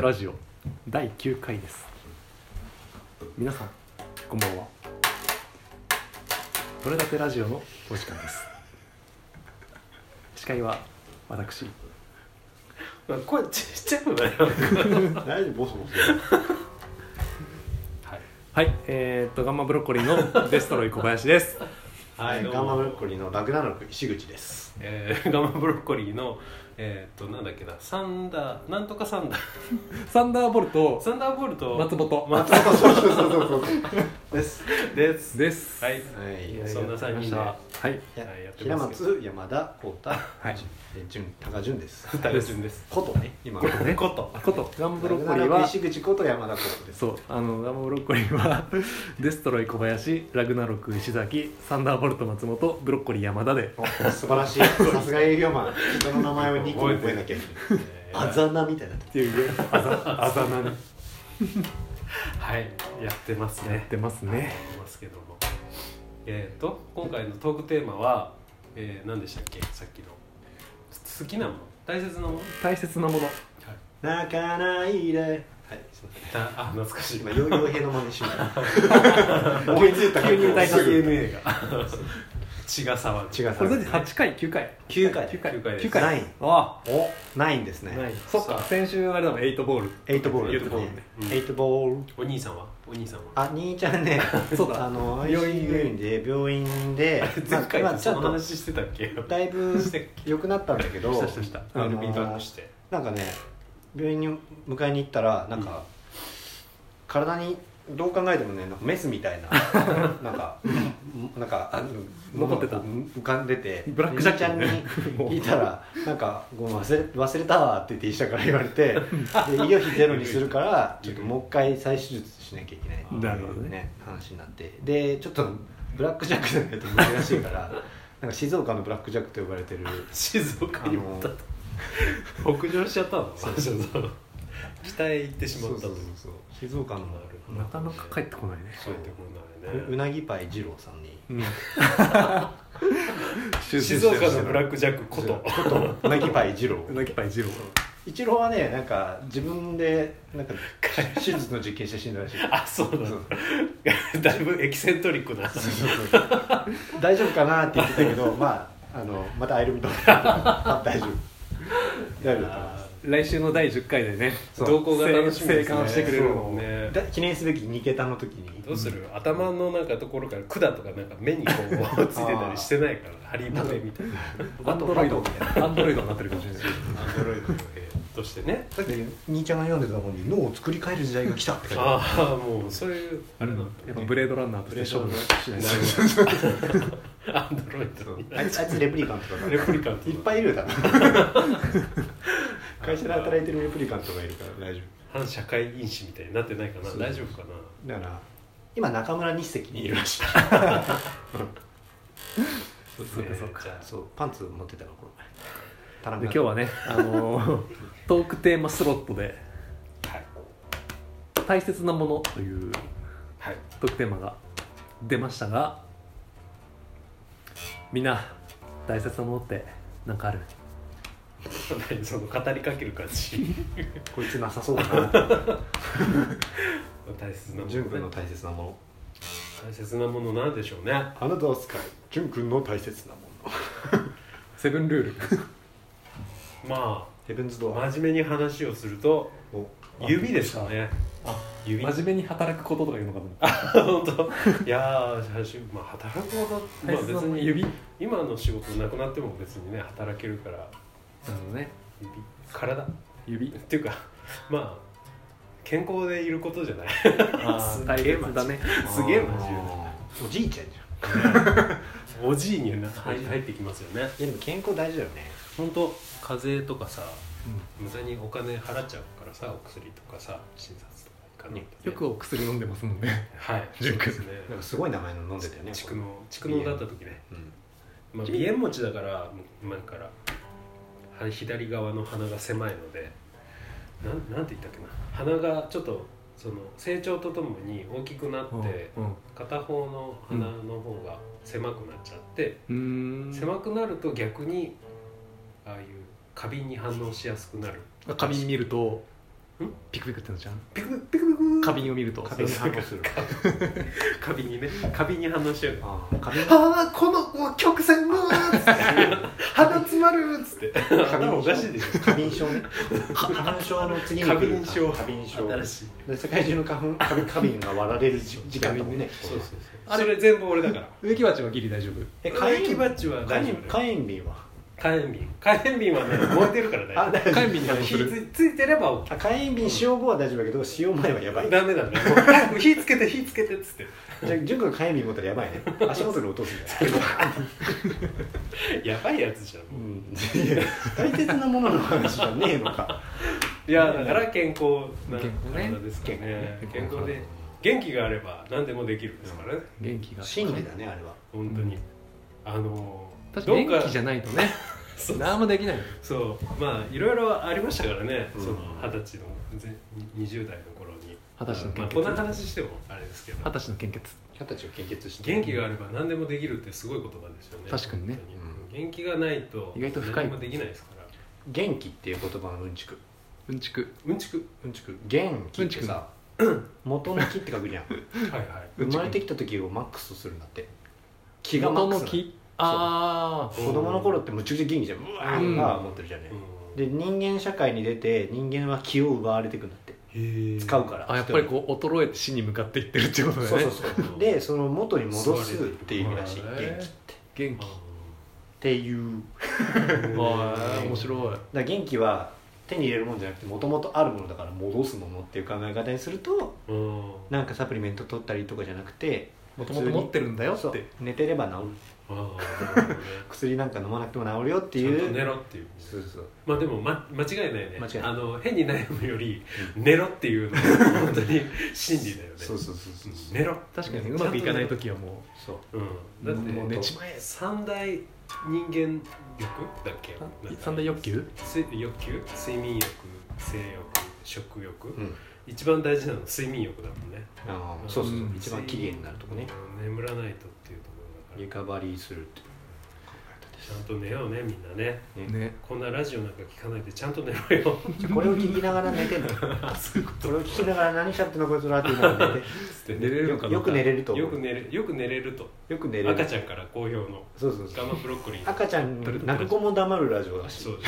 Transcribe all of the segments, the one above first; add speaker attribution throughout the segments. Speaker 1: ラジオ第9回です皆さんこんばんは取れたてラジオのお時間です司会は私
Speaker 2: 声ちっちゃくない
Speaker 3: 大丈夫ボソボソ
Speaker 1: はいえー、っとガンマブロッコリーのデストロイ小林です
Speaker 3: は
Speaker 2: はい
Speaker 3: い
Speaker 2: どう
Speaker 3: ガ
Speaker 2: も
Speaker 3: ンマブロッコリーのラクダの石口です
Speaker 2: えー、ガマブロッコリーのえー、っとなんだっけなサンダーなんとかサンダー
Speaker 1: サンダーボルト
Speaker 2: サンダーボルト
Speaker 1: 松本
Speaker 2: 松
Speaker 3: そうそうそうそうそうです
Speaker 2: 本です
Speaker 1: です
Speaker 2: はい
Speaker 3: はい
Speaker 2: そんな三人で
Speaker 1: やり
Speaker 3: いや
Speaker 2: はいやって
Speaker 3: 平
Speaker 2: ますけ
Speaker 3: 松山田浩太
Speaker 1: い
Speaker 3: 潤高潤です
Speaker 2: 二人順です
Speaker 3: ことね今
Speaker 1: ましたはいね
Speaker 2: こと
Speaker 1: ことガンブロッコリー
Speaker 3: ラグナロ
Speaker 1: は
Speaker 3: ク石口こと山田ことです
Speaker 1: そうあのガンマブロッコリーは デストロイ小林ラグナロク石崎サンダーボルト松本ブロッコリー山田で
Speaker 3: お素晴らしいさすが営業マン人の名前を2個も覚えなきゃいけない
Speaker 2: えー
Speaker 3: あざなみたいな
Speaker 1: っていうあざあざなに
Speaker 2: はいやってます
Speaker 1: やっ
Speaker 2: ね
Speaker 1: てますね
Speaker 2: 思いますけどもえっ、と今回のトークテーマは、えー、何でしたっけさっきの好きなもの大切なもの、はい、
Speaker 1: 大切なもの
Speaker 3: 泣かないではいすいません
Speaker 2: だあ懐かしい
Speaker 3: 今洋洋平の真似しよう思いついた
Speaker 1: 急に歌い 出す
Speaker 2: DNA が血が騒ぐ
Speaker 3: 違う
Speaker 1: これだって8回9回
Speaker 3: 9回
Speaker 1: 9回
Speaker 2: 9回です
Speaker 1: 9回
Speaker 3: ない
Speaker 1: あ
Speaker 3: おないんですね
Speaker 1: あないそっか先週あれだもん8ボール
Speaker 3: エイトボール
Speaker 2: 8ボールねうん
Speaker 3: エイトボール
Speaker 2: お兄さんはお兄さんは
Speaker 3: あ兄ちゃんね
Speaker 1: そうだ
Speaker 3: あの
Speaker 1: 病
Speaker 3: 病
Speaker 1: 院
Speaker 3: 院
Speaker 1: で
Speaker 3: で病院 で
Speaker 2: あれ前回
Speaker 3: まあ
Speaker 2: って
Speaker 3: ち
Speaker 2: そ
Speaker 3: ょ
Speaker 2: の
Speaker 3: っと
Speaker 2: 話してたっけ
Speaker 3: だいぶ
Speaker 2: してっ
Speaker 3: 良くなったんだ けど
Speaker 2: したしたした
Speaker 3: あのー
Speaker 2: アルビンドアップして
Speaker 3: なんかね病院に迎えに行ったらなんか、体にどう考えてもねなんかメスみ たいななんかなんかあの
Speaker 1: 残ってた
Speaker 3: 浮かんでて
Speaker 1: ブラックジャッキ
Speaker 3: 兄ちゃん
Speaker 1: ーもう
Speaker 3: に聞いたら「なんかごめん忘れ忘れたわ」って言って医者から言われてで医療費ゼロにす るからちょっともう一回再手術しなきゃいけないっていう
Speaker 1: なるほどね
Speaker 3: 話になってでちょっとブラックジャックじゃないと難しい からなんか静岡のブラックジャックと呼ばれてる
Speaker 2: 静岡にもったと北上しちゃったのそうそうそう北へ行ってしまった
Speaker 3: そう
Speaker 2: の
Speaker 3: そうそう静岡の
Speaker 1: なかなか帰ってこないね
Speaker 2: そうやってこんなあれ
Speaker 3: うう
Speaker 2: ね
Speaker 3: なぎパイ二郎さんに
Speaker 1: うん
Speaker 2: 静岡のブラックジャックこ
Speaker 3: そう
Speaker 2: と
Speaker 3: ことうなぎパイ二郎
Speaker 1: うなぎパイ二郎
Speaker 3: 一郎はねなんか自分でなんか手術の実験して死んだらしい
Speaker 2: あそうな
Speaker 3: そ
Speaker 2: の
Speaker 3: う
Speaker 2: だいぶエキセントリックな
Speaker 3: そうそうそう大丈夫かなって言ってたけ どまああのまたアイルビドあ大 丈夫大丈夫だと思いま
Speaker 2: あ
Speaker 1: 来週の第10回でね
Speaker 2: ー
Speaker 3: そう
Speaker 2: 動向が楽しみですね
Speaker 1: 生還してくれるの
Speaker 2: そうね
Speaker 3: すだ記念すべき2桁の時に
Speaker 2: どうする、頭のなんかところから管とかなんか目にこうついてたりしてないからハリーポテみたいな
Speaker 1: アンドロイド
Speaker 3: バトバ
Speaker 1: アンドロイドになってるかもしれない
Speaker 2: アンドロイドのえーとしてね
Speaker 3: だって兄ちゃんが読んでた本に脳を作り変える時代が来たって書いてある
Speaker 2: ああもうそういうあれなの
Speaker 1: やっぱブレードランナーとして勝負しないと
Speaker 2: アンドロイド
Speaker 3: そう
Speaker 2: に
Speaker 3: あいつあいつレプリカントだから
Speaker 2: レプリカント
Speaker 3: いっぱいいるだろ会社で働いてるレプリカントがいるから大丈
Speaker 2: 反社会因子みたいになってないかな
Speaker 3: そう
Speaker 2: 大丈夫か
Speaker 3: 夫だから今中村日赤にいるらしい
Speaker 1: そ
Speaker 2: な
Speaker 1: うかそうか
Speaker 2: じゃあ
Speaker 3: そうパンツ持ってたのこの前田中
Speaker 1: で今日はね、あのー トークテーマスロットで
Speaker 2: はい
Speaker 1: 「大切なもの」という
Speaker 2: はい
Speaker 1: トークテーマが出ましたがみんな大切なものって何かある
Speaker 2: 何その語りかける感じ
Speaker 3: こいつなさそう だな
Speaker 2: 大切なもの、
Speaker 3: 純君の大切なもの
Speaker 2: 大切なものなんでしょうね
Speaker 3: あなたはスカイ純君の大切なもの
Speaker 1: セブンルール
Speaker 2: ま
Speaker 3: ヘブンズドア
Speaker 2: あ真面目に話をすると
Speaker 3: お
Speaker 2: 指ですかね
Speaker 1: あ
Speaker 2: 指
Speaker 1: 真面目に働くこととか言うのかと思った
Speaker 2: 本当いやー最初まあ働くほど、まあ、
Speaker 1: 大切
Speaker 2: 別
Speaker 1: なもの
Speaker 2: に
Speaker 1: 指なる
Speaker 2: 今の仕事なくなっても別にね働けるから
Speaker 1: ほどね
Speaker 2: 指体っ
Speaker 1: 指
Speaker 2: ていうかまあ健康でいることじゃない
Speaker 1: あ ー大
Speaker 2: すげえ
Speaker 1: 切だね
Speaker 2: すげえ真面目だ
Speaker 3: おじいちゃんじゃん
Speaker 2: おじいには入入ってきますよね
Speaker 3: いやでも健康大事だよね
Speaker 2: 本当風邪とかさ無駄にお金払っちゃうからさお薬とかさ診察とか行かないとね、
Speaker 1: よくお薬飲んでますもんね
Speaker 2: はい
Speaker 1: 純君
Speaker 2: そうで
Speaker 3: なんかすごい名前の飲んですた
Speaker 2: ね
Speaker 3: よね
Speaker 2: 蓄能蓄能だった時ね
Speaker 3: うん
Speaker 2: まあ、鼻炎持ちだから前からはい左側の鼻が狭いのでなんなんて言ったっけな鼻がちょっとその成長とともに大きくなって
Speaker 1: うんうん
Speaker 2: 片方の鼻の方が狭くなっちゃって、
Speaker 1: うーん
Speaker 2: 狭くなると逆にああいう過敏に反応しやすくなる
Speaker 1: 花瓶見るとピクピクってのじゃん
Speaker 2: ピクピクピク
Speaker 1: 花瓶を見ると
Speaker 3: 花瓶に反応する
Speaker 2: カビにねカビに反応しちゃう
Speaker 3: あー花瓶
Speaker 1: ああこのお曲線がーっつって鼻詰まるーっつって
Speaker 2: 頭おかしいでしょ
Speaker 3: 花瓶症ね花粉症の次に
Speaker 2: 過敏症
Speaker 3: 花粉症
Speaker 2: 新しい
Speaker 3: で世界中の花粉花粉花粉が割られる時時間とかね
Speaker 2: そうそうそう
Speaker 1: あ
Speaker 2: あ
Speaker 1: れ
Speaker 2: れ全部俺だから
Speaker 1: 植木鉢はギリ大丈夫
Speaker 3: え
Speaker 2: 火
Speaker 3: 火
Speaker 2: 炎
Speaker 3: 炎
Speaker 2: バッジは
Speaker 3: 火
Speaker 2: 大丈
Speaker 3: 炎
Speaker 2: 夫
Speaker 3: 火炎瓶は
Speaker 2: 火炎瓶火炎瓶はね燃えてるから大
Speaker 3: あ
Speaker 2: 丈
Speaker 3: 大丈
Speaker 1: 火炎瓶に反
Speaker 2: 夫
Speaker 1: 応す
Speaker 2: 火
Speaker 1: る
Speaker 2: つついてれば OK
Speaker 3: 夫あ火炎瓶使用後は大丈夫だけど使用前はやばいじゃ
Speaker 2: ダメだねもう早 く火つけて火つけてっつって
Speaker 3: あ純君が火炎瓶持ったらやばいね足元に落とすんだよ
Speaker 2: やばいやつじゃん
Speaker 3: う
Speaker 2: も
Speaker 3: んいや大切なものの話じゃねえのか
Speaker 2: ういやだから健康な
Speaker 1: 健康ね
Speaker 2: 体ですかね
Speaker 1: 健
Speaker 2: 健
Speaker 1: 康
Speaker 2: 康で元気があれば何でもできるんですからね
Speaker 1: 元気が
Speaker 3: 真理だねあれは
Speaker 2: 本当にあのー
Speaker 1: 確かに
Speaker 2: どっ
Speaker 1: 元気じゃないと ね
Speaker 2: そう
Speaker 1: 何もできない
Speaker 2: そうまあいろいろありましたからね
Speaker 3: うん
Speaker 2: その二十歳のぜ20代の頃に
Speaker 1: 二十歳の
Speaker 2: ま
Speaker 1: 献
Speaker 2: あ
Speaker 1: 血
Speaker 2: こんな話してもあれですけ
Speaker 1: 二
Speaker 2: ど
Speaker 1: 十歳の献血
Speaker 3: 二十歳を献血して
Speaker 2: 元気があれば何でもできるってすごい言葉ですよね
Speaker 1: 確かにね
Speaker 2: 本当に元気がないと
Speaker 1: 意外と深い
Speaker 2: 何もできないですから
Speaker 3: 元気っていう言葉のうんちく
Speaker 1: うんちく
Speaker 2: うんちく
Speaker 3: うんちく元気ってさ 元の木って書くじゃん
Speaker 2: はいはい
Speaker 1: うんちく
Speaker 3: 生まれてきた時をマックスとするんだって気がマ
Speaker 1: 元
Speaker 3: ック
Speaker 1: の
Speaker 3: スなの
Speaker 1: 木あ
Speaker 2: そ
Speaker 3: 子供の頃ってむちゃくちゃ元気じゃんうわー、
Speaker 1: うん
Speaker 3: パワー持ってるじゃんね、
Speaker 2: うん
Speaker 3: で人間社会に出て人間は気を奪われていくんだって使うから
Speaker 1: ああやっぱりこう衰えて死に向かっていってるってことだね
Speaker 3: そうそうそうでその元に戻すっていう意味らしい
Speaker 2: そう
Speaker 3: 元
Speaker 2: だ
Speaker 3: 気
Speaker 2: ね
Speaker 3: ってっ
Speaker 1: 元気
Speaker 3: ていう
Speaker 1: わあ
Speaker 2: うん
Speaker 1: 面白い
Speaker 3: だから元気は手に入れるもんじゃなくてもともとあるものだから戻すものっていう考え方にすると
Speaker 2: うんあ
Speaker 3: なんかサプリメント取ったりとかじゃなくて
Speaker 1: もともと持ってるんだよっ
Speaker 3: そう
Speaker 1: て
Speaker 3: 寝てれば治る
Speaker 2: ーなるほどね
Speaker 3: 薬なんか飲まなくても治るよって
Speaker 2: ちゃん
Speaker 3: い
Speaker 2: と
Speaker 3: う
Speaker 2: 寝ろっていう
Speaker 3: そうそう
Speaker 2: まあでも、ま、間違いないね
Speaker 3: 間違いない
Speaker 2: あの変に悩むより
Speaker 3: う
Speaker 2: 寝ろっていうのが本当に真理だよね
Speaker 3: そうそうそうそう
Speaker 2: うん寝ろ
Speaker 1: 確かにうまくいかない時はも
Speaker 3: そう
Speaker 2: うん、
Speaker 1: う
Speaker 2: だっ
Speaker 1: もう
Speaker 2: て
Speaker 1: 寝ちまえ
Speaker 2: 三大人間欲だっけなんか
Speaker 1: 三大欲求
Speaker 2: 睡欲求睡眠欲性欲食欲、
Speaker 3: うん
Speaker 2: 一番大事なのは睡眠欲だもんね
Speaker 3: あーそうそうそう、
Speaker 1: うん
Speaker 3: 一番綺麗になるとこね、
Speaker 2: うん眠らないとっていうところだ
Speaker 3: リ
Speaker 2: か
Speaker 3: カバリーするっていう
Speaker 2: らちゃんと寝ようねみんなね
Speaker 3: う
Speaker 1: ね
Speaker 2: こんなラジオなんか聞かないでちゃんと寝ろよ
Speaker 3: じゃあこれを聞きながら 寝てんのこれを聞きながら何しゃってんのこいつらっていうのが寝て
Speaker 2: 寝
Speaker 1: れるのかな
Speaker 3: よく寝れると思う
Speaker 2: よく寝れよく寝れると
Speaker 3: よく寝れる
Speaker 2: 赤ちゃんから好評の
Speaker 3: そうそうそ
Speaker 2: ガ
Speaker 3: う
Speaker 2: マブロッコリー
Speaker 3: 赤ちゃん泣く子も黙るラジオだし
Speaker 2: そうで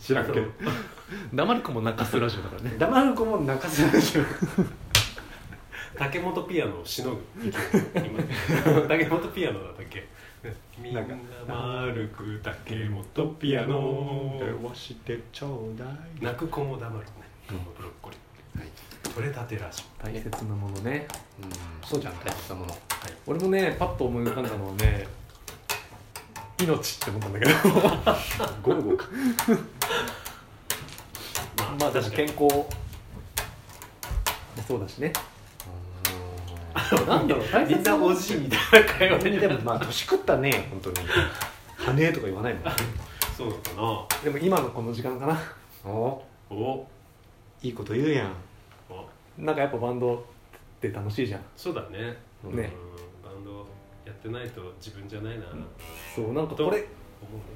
Speaker 2: す
Speaker 3: 知らんけど
Speaker 1: 黙る子も泣かすラジオだからね
Speaker 3: 黙る子も泣かせるラジオ
Speaker 2: 竹本ピアノをしのぐ今竹本ピアノだったっけみんな丸く竹本 ピアノ
Speaker 3: をしてちょうだい
Speaker 2: 泣く子も黙るねブロッコリ
Speaker 3: はい
Speaker 2: ー取れたてラジ
Speaker 1: 大切なものね
Speaker 3: うんそうじゃん大切なもの
Speaker 1: 俺もねパッと思い浮かんだのはね命って思ったんだけど
Speaker 3: ゴルゴか
Speaker 2: オ
Speaker 1: まあでも健康もそうだしねなんだろう大
Speaker 2: みん
Speaker 1: 切な
Speaker 2: な
Speaker 1: も
Speaker 2: お
Speaker 1: の
Speaker 2: じいみたいな会話に
Speaker 3: でもまあ年食ったね本当に羽ねとか言わないもん
Speaker 2: そうなのか
Speaker 1: でも今のこの時間かな
Speaker 3: お
Speaker 2: なお
Speaker 3: いいこと言うやん
Speaker 2: お
Speaker 1: なんかやっぱバンドって楽しいじゃん
Speaker 2: そうだね
Speaker 1: ね
Speaker 2: うんバンドやってないと自分じゃないななんて
Speaker 1: そうなんか
Speaker 2: どう
Speaker 1: これ
Speaker 2: 思うね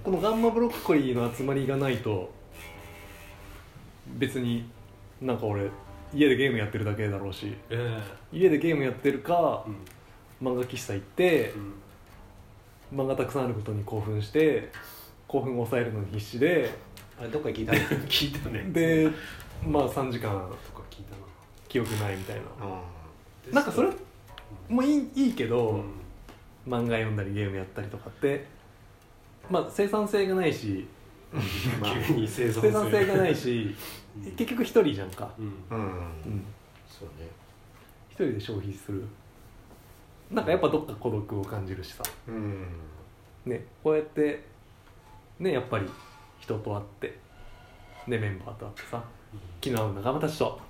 Speaker 1: このガンマブロッコリーの集まりがないと別になんか俺家でゲームやってるだけだろうし
Speaker 2: え
Speaker 1: 家でゲームやってるか
Speaker 2: えうん
Speaker 1: 漫画喫茶行って
Speaker 2: うん
Speaker 1: 漫画たくさんあることに興奮して興奮を抑えるのに必死で
Speaker 3: あれどっか聞いたうん
Speaker 2: 聞いたね
Speaker 1: でまあ3時間
Speaker 2: とか聞いたな
Speaker 1: 記憶ないみたいななんかそれもいいいいけど、
Speaker 2: うん
Speaker 1: 漫画読んだりゲームやったりとかってまあ生産性がないし
Speaker 3: ま
Speaker 2: 急に生産
Speaker 1: 生産性がない
Speaker 2: し、
Speaker 1: し
Speaker 2: うん
Speaker 1: 結局一人じゃんか、
Speaker 2: うん
Speaker 3: あう
Speaker 1: うんん、
Speaker 3: そうね
Speaker 1: 一人で消費するなんかやっぱどっか孤独を感じるしさ
Speaker 3: うん
Speaker 1: ねこうやってねやっぱり人と会ってねメンバーと会ってさ気の合う仲間たちと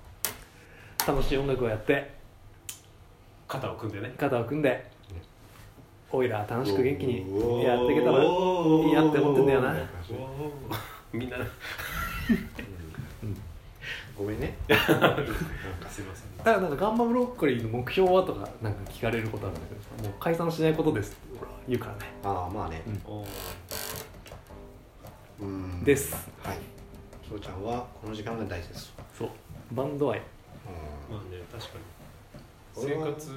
Speaker 1: 楽しい音楽をやって
Speaker 2: 肩を組んでね
Speaker 1: 肩を組んでオイラ楽しく元気にやっていけたらい
Speaker 2: い
Speaker 1: いなって思ってんだよな
Speaker 2: みんな
Speaker 3: ごめんね
Speaker 2: すいません
Speaker 1: だからなんかガンマブロッコリーの目標はとかなんか聞かれることあるんだけどさもう解散しないことですって俺は言うからね
Speaker 3: ああまあね
Speaker 2: おー
Speaker 3: うん
Speaker 1: です
Speaker 3: はい翔ちゃんはこの時間が大切
Speaker 1: そうバンド愛
Speaker 2: まあね確かに
Speaker 3: 俺
Speaker 2: 生
Speaker 3: は
Speaker 2: 活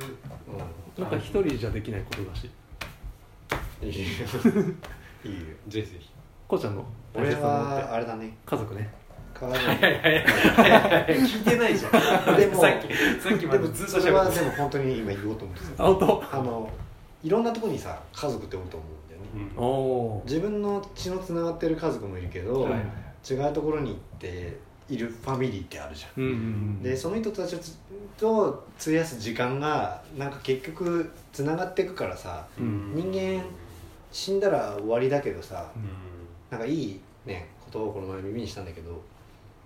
Speaker 1: なんか一人じゃできないことだし
Speaker 3: うん、いいよいいよ
Speaker 2: ぜひぜひ
Speaker 1: こうちゃんの大
Speaker 3: 俺
Speaker 1: 切なものって
Speaker 3: はあれだね
Speaker 1: 家族ね
Speaker 3: 変わら
Speaker 2: は
Speaker 3: ない
Speaker 2: いはいはいはい聞いてないじゃん
Speaker 3: でも
Speaker 2: さっきさっきま
Speaker 3: で
Speaker 2: で
Speaker 3: も
Speaker 2: ずっと
Speaker 3: それ
Speaker 2: 喋
Speaker 3: は
Speaker 2: って
Speaker 3: でも本当に今言おうと思って
Speaker 1: あ
Speaker 3: た
Speaker 1: 本当
Speaker 3: あのいろんなとこにさ家族っておると思うんだよね
Speaker 2: た
Speaker 1: おお
Speaker 3: 自分の血のつながってる家族もいるけど、
Speaker 1: はい
Speaker 3: 違うところに行っているファミリーってあるじゃん、
Speaker 1: うんうんうん
Speaker 3: でその人たちと費やす時間がなんか結局つながっていくからさ
Speaker 1: うん
Speaker 3: 人間死んだら終わりだけどさ
Speaker 2: うん
Speaker 3: なんかいいねことをこの前耳にしたんだけど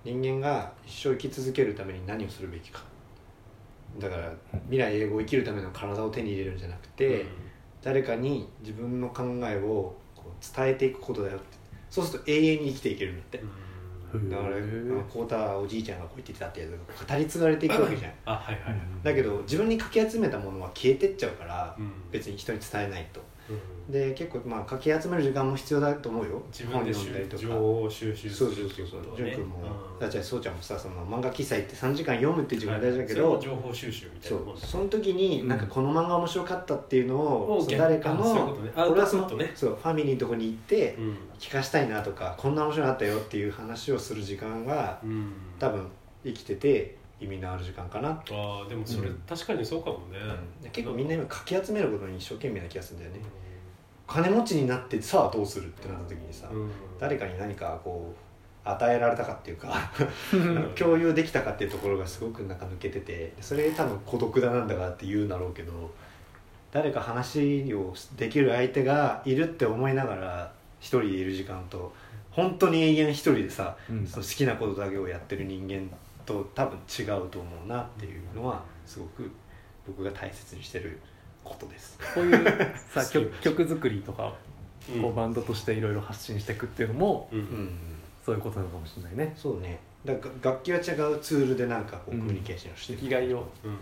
Speaker 3: 人間が一生生き続けるために何をするべきかだから未来永劫を生きるための体を手に入れるんじゃなくて、誰かに自分の考えをこう伝えていくことだよってそうすると永遠に生きていけるんだって
Speaker 1: う
Speaker 2: う
Speaker 1: んん
Speaker 3: だから
Speaker 1: へー
Speaker 3: 浩太おじいちゃんがこう言ってたってやつが語り継がれていくわけじゃん
Speaker 2: あはいはいはい
Speaker 3: だけど自分にかき集めたものは消えてっちゃうから
Speaker 2: うん
Speaker 3: 別に人に伝えないと
Speaker 2: うん
Speaker 3: で結構まあかき集める時間も必要だと思うよ
Speaker 2: 自分で
Speaker 3: 本読んだりとか
Speaker 2: 情報を収集す
Speaker 3: そう
Speaker 2: る
Speaker 3: そう
Speaker 2: ってい
Speaker 3: そ
Speaker 2: ううこ
Speaker 3: そう
Speaker 2: とは
Speaker 3: 潤
Speaker 2: ね
Speaker 3: 君も
Speaker 2: うん
Speaker 3: だちゃんそうちゃんもさその漫画記載って3時間読むって時間大事だけ
Speaker 2: はい
Speaker 3: ど
Speaker 2: それも情報収集みたい
Speaker 3: そ
Speaker 2: な
Speaker 3: う
Speaker 2: もんだ
Speaker 3: その時になんかこの漫画面白かったっていうのを
Speaker 2: うん
Speaker 3: その誰か
Speaker 2: あそういう
Speaker 3: の
Speaker 2: ことねあ
Speaker 3: 俺はそ
Speaker 2: アウ
Speaker 3: の
Speaker 2: トプットね
Speaker 3: そうファミリーのとこに行って
Speaker 2: うん
Speaker 3: 聞かしたいなとかこんな面白かったよっていう話をする時間が
Speaker 2: うん
Speaker 3: 多分生きてて意味のある時間かな
Speaker 2: ああでもそれ
Speaker 3: うん
Speaker 2: 確かにそうかもね
Speaker 3: 結構みん
Speaker 2: な
Speaker 3: な今かき集めることに一生懸命な気がするんだよね金持ちになってさあどうするってなった時にさ誰かに何かこう与えられたかっていうかなんか共有できたかっていうところがすごくなんか抜けててそれ多分孤独だなんだかって言うんだろうけど誰か話をできる相手がいるって思いながら一人でいる時間と本当に永遠一人でさ
Speaker 1: うん
Speaker 3: その好きなことだけをやってる人間と多分違うと思うなっていうのはすごく僕が大切にしてることです。
Speaker 1: こういうさ
Speaker 2: そう
Speaker 1: 曲曲作りとか
Speaker 2: うん
Speaker 1: こうバンドとしていろいろ発信していくっていうのも
Speaker 2: うん
Speaker 3: うん、
Speaker 1: そういうことなのかもしれないね
Speaker 3: そうねだからが楽器は違うツールでなんかこう
Speaker 1: うん
Speaker 3: コミュニケーションをして
Speaker 1: 生
Speaker 3: る
Speaker 1: きがいを
Speaker 2: うん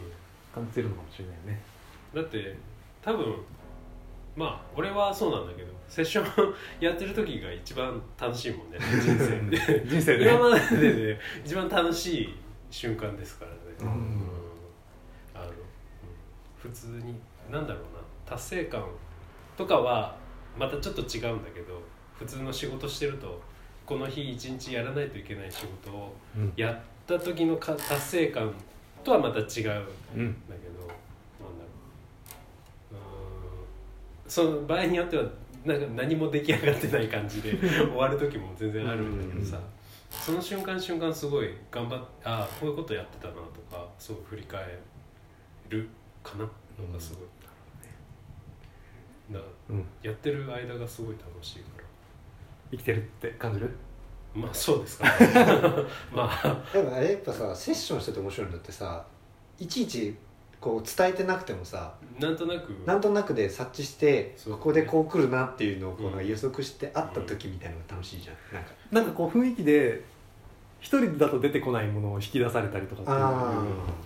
Speaker 1: 感じてるのかもしれないよね
Speaker 2: だって多分まあ俺はそうなんだけどセッション やってる時が一番楽しいもんね人生で
Speaker 1: 人生でね
Speaker 2: 今までで、ね、一番楽しい瞬間ですからね、
Speaker 3: うん
Speaker 2: あのうん普通になんだろうな達成感とかはまたちょっと違うんだけど普通の仕事してるとこの日一日やらないといけない仕事を
Speaker 1: うん
Speaker 2: やった時のか達成感とはまた違
Speaker 1: う
Speaker 2: う
Speaker 1: ん
Speaker 2: だけどなんだろううーんその場合によってはなんか何も出来上がってない感じ で終わる時も全然あるんだけどさ、
Speaker 3: うんうん
Speaker 2: その瞬間瞬間すごい頑張っああこういうことやってたなとかすごい振り返るかななんかすごい、な
Speaker 1: うん
Speaker 2: やってる間がすごい楽しいから
Speaker 1: 生きてるって感じる
Speaker 2: まあそうですか、 まあ
Speaker 3: でもあれやっぱさセッションしてて面白いのってさいちいちこう伝えてなくてもさ
Speaker 2: なんとなく
Speaker 3: なんとなくで察知して
Speaker 2: そう
Speaker 3: ここでこう来るなっていうのをこう
Speaker 2: うん
Speaker 3: なんか予測して会った時みたいなのが楽しいじゃんなんか
Speaker 1: なんかこう雰囲気で一人だと出てこないものを引き出されたりとかっていう
Speaker 3: あ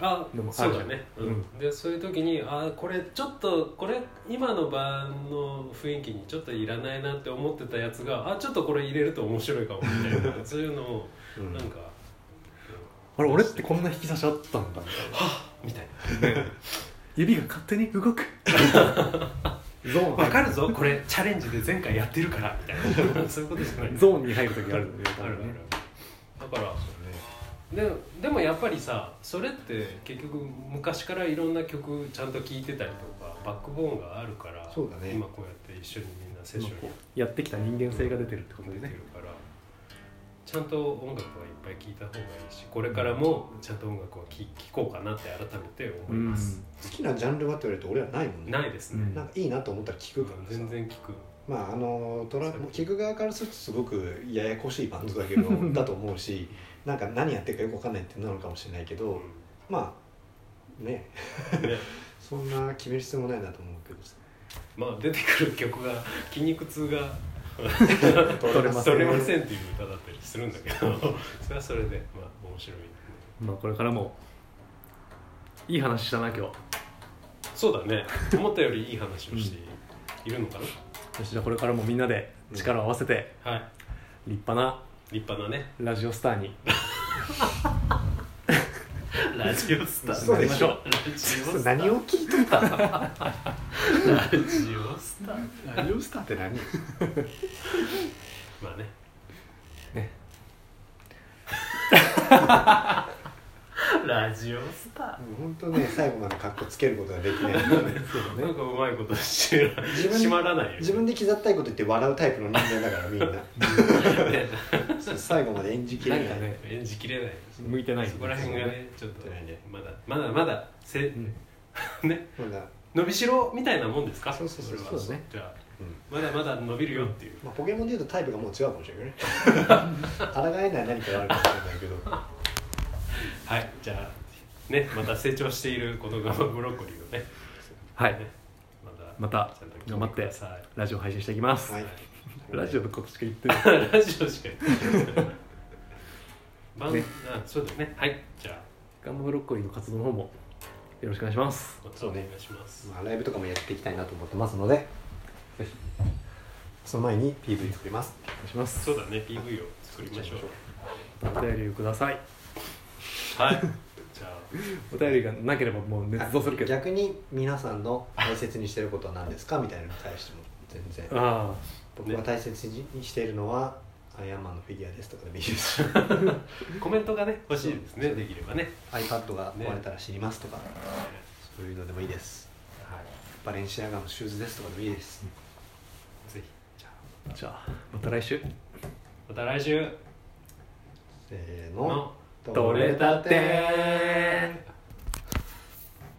Speaker 2: あ
Speaker 1: でも
Speaker 2: そうだね、
Speaker 1: ある
Speaker 2: うんでそういう時にあーこれちょっとこれ今の場の雰囲気にちょっといらないなって思ってたやつがあちょっとこれ入れると面白いかもみたい なそういうのを
Speaker 3: ーうん
Speaker 2: なんか、
Speaker 1: あれ俺ってこんな引き出しあったんだみたいな
Speaker 2: み たい
Speaker 1: 指が勝手に動くゾーン
Speaker 2: な分かるぞこれチャレンジで前回やってるからみたいなそういうことじゃない
Speaker 1: ゾーンに入る時あるんだよ
Speaker 2: あるあるあるだから
Speaker 3: ね
Speaker 2: ででもやっぱりさそれって結局昔からいろんな曲ちゃんと聴いてたりとかバックボーンがあるから
Speaker 3: そうだね
Speaker 2: 今こうやって一緒にみんなセッションやって
Speaker 1: やってきた人間性が出てるってことで
Speaker 2: 出て
Speaker 1: ね
Speaker 2: るからちゃんと音楽はいっぱい聴いた方がいいしこれからもちゃんと音楽を聴こうかなって改めて思います、
Speaker 3: 好きなジャンルはって言われると俺はないもんね
Speaker 2: ないですね、
Speaker 1: うん
Speaker 3: なんかいいなと思ったら聞くからさ
Speaker 2: 全然聴く
Speaker 3: まああのトラ聞く側からするとすごくややこしいバンドだ けどだと思うしなんか何やってるかよくわかんないってなるかもしれないけどまあね そんな決める必要もないなと思うけどさ
Speaker 2: まあ出てくる曲が筋肉痛が
Speaker 1: 取れません
Speaker 2: 取れませんっていう歌だったりするんだけどそれはそれでまあ面白い
Speaker 1: まあこれからもいい話したな今日
Speaker 2: そうだ ね思ったよりいい話をしているのかな、
Speaker 1: そしてこれからもみんなで力を合わせて
Speaker 2: はい
Speaker 1: 立派な
Speaker 2: 立派なね
Speaker 1: ラジオスターに
Speaker 2: ラジオスター
Speaker 3: そうでしょ
Speaker 2: ラジオスター
Speaker 3: 何を聞いとった
Speaker 2: ラジオスター
Speaker 3: 何をしたって何
Speaker 2: まあね
Speaker 1: ね
Speaker 2: ラジオスタ
Speaker 3: 本当ね最後までカッコつけることができない
Speaker 2: ーなんかうまいことしら締まらないよ
Speaker 3: 自分で刻ったいこと言って笑うタイプの人間だからみん なそう最後まで演じきれ
Speaker 1: な
Speaker 3: なんい
Speaker 1: かね
Speaker 2: 演じきれないです
Speaker 1: 向いてないんで
Speaker 2: そこら辺がねちょっと
Speaker 3: ね
Speaker 2: まだまだまだせ、
Speaker 1: ん
Speaker 2: ね
Speaker 3: ほら、
Speaker 2: 伸びしろみたいなもんですか
Speaker 3: そうそうそう
Speaker 2: これは
Speaker 1: そうだね
Speaker 2: じゃ
Speaker 3: うん
Speaker 2: あまだまだ伸びるよっていう
Speaker 3: まあ、ポケモンでいうとタイプがもう違うかもしれないけ どね抗えない何かがあるかもしれないけど
Speaker 2: はいじゃあねまた成長しているこのガマブロッコリーをね
Speaker 1: はい
Speaker 2: また
Speaker 1: また
Speaker 2: ちゃんと聞い
Speaker 1: 頑張って
Speaker 2: くださ い
Speaker 1: ラジオ配信していきます、
Speaker 3: はい
Speaker 1: ラジオのことしか言ってない
Speaker 2: ラジオしか言ってない番
Speaker 1: ね
Speaker 2: あそうだねはいじゃあ
Speaker 1: ガンマブロッコリーの活動の方もよろしくお願いします
Speaker 2: またお願いします、
Speaker 3: まあ、ライブとかもやっていきたいなと思ってますので
Speaker 1: ぜひ
Speaker 3: その前に PV 作ります
Speaker 1: お願いします
Speaker 2: そうだね PV を作りましょう
Speaker 1: お便りをください
Speaker 2: はいじゃ
Speaker 1: お便りがなければもう捏造するけどあ
Speaker 3: 逆に皆さんの大切にしてることは何ですかみたいなのに対しても全然
Speaker 1: あ
Speaker 3: 僕が大切にしているのはアイアンマンのフィギュアですとかでもいいですし
Speaker 2: あコメントがね欲しいですねできればね
Speaker 3: iPad が壊れたら知りますとか、そういうのでもいいです
Speaker 2: はい
Speaker 3: バレンシアガのシューズですとかでもいいです、
Speaker 2: ぜひじゃあ
Speaker 1: じゃあまた来週
Speaker 2: また来週
Speaker 3: せー
Speaker 2: の
Speaker 3: の
Speaker 1: どれだって
Speaker 3: ー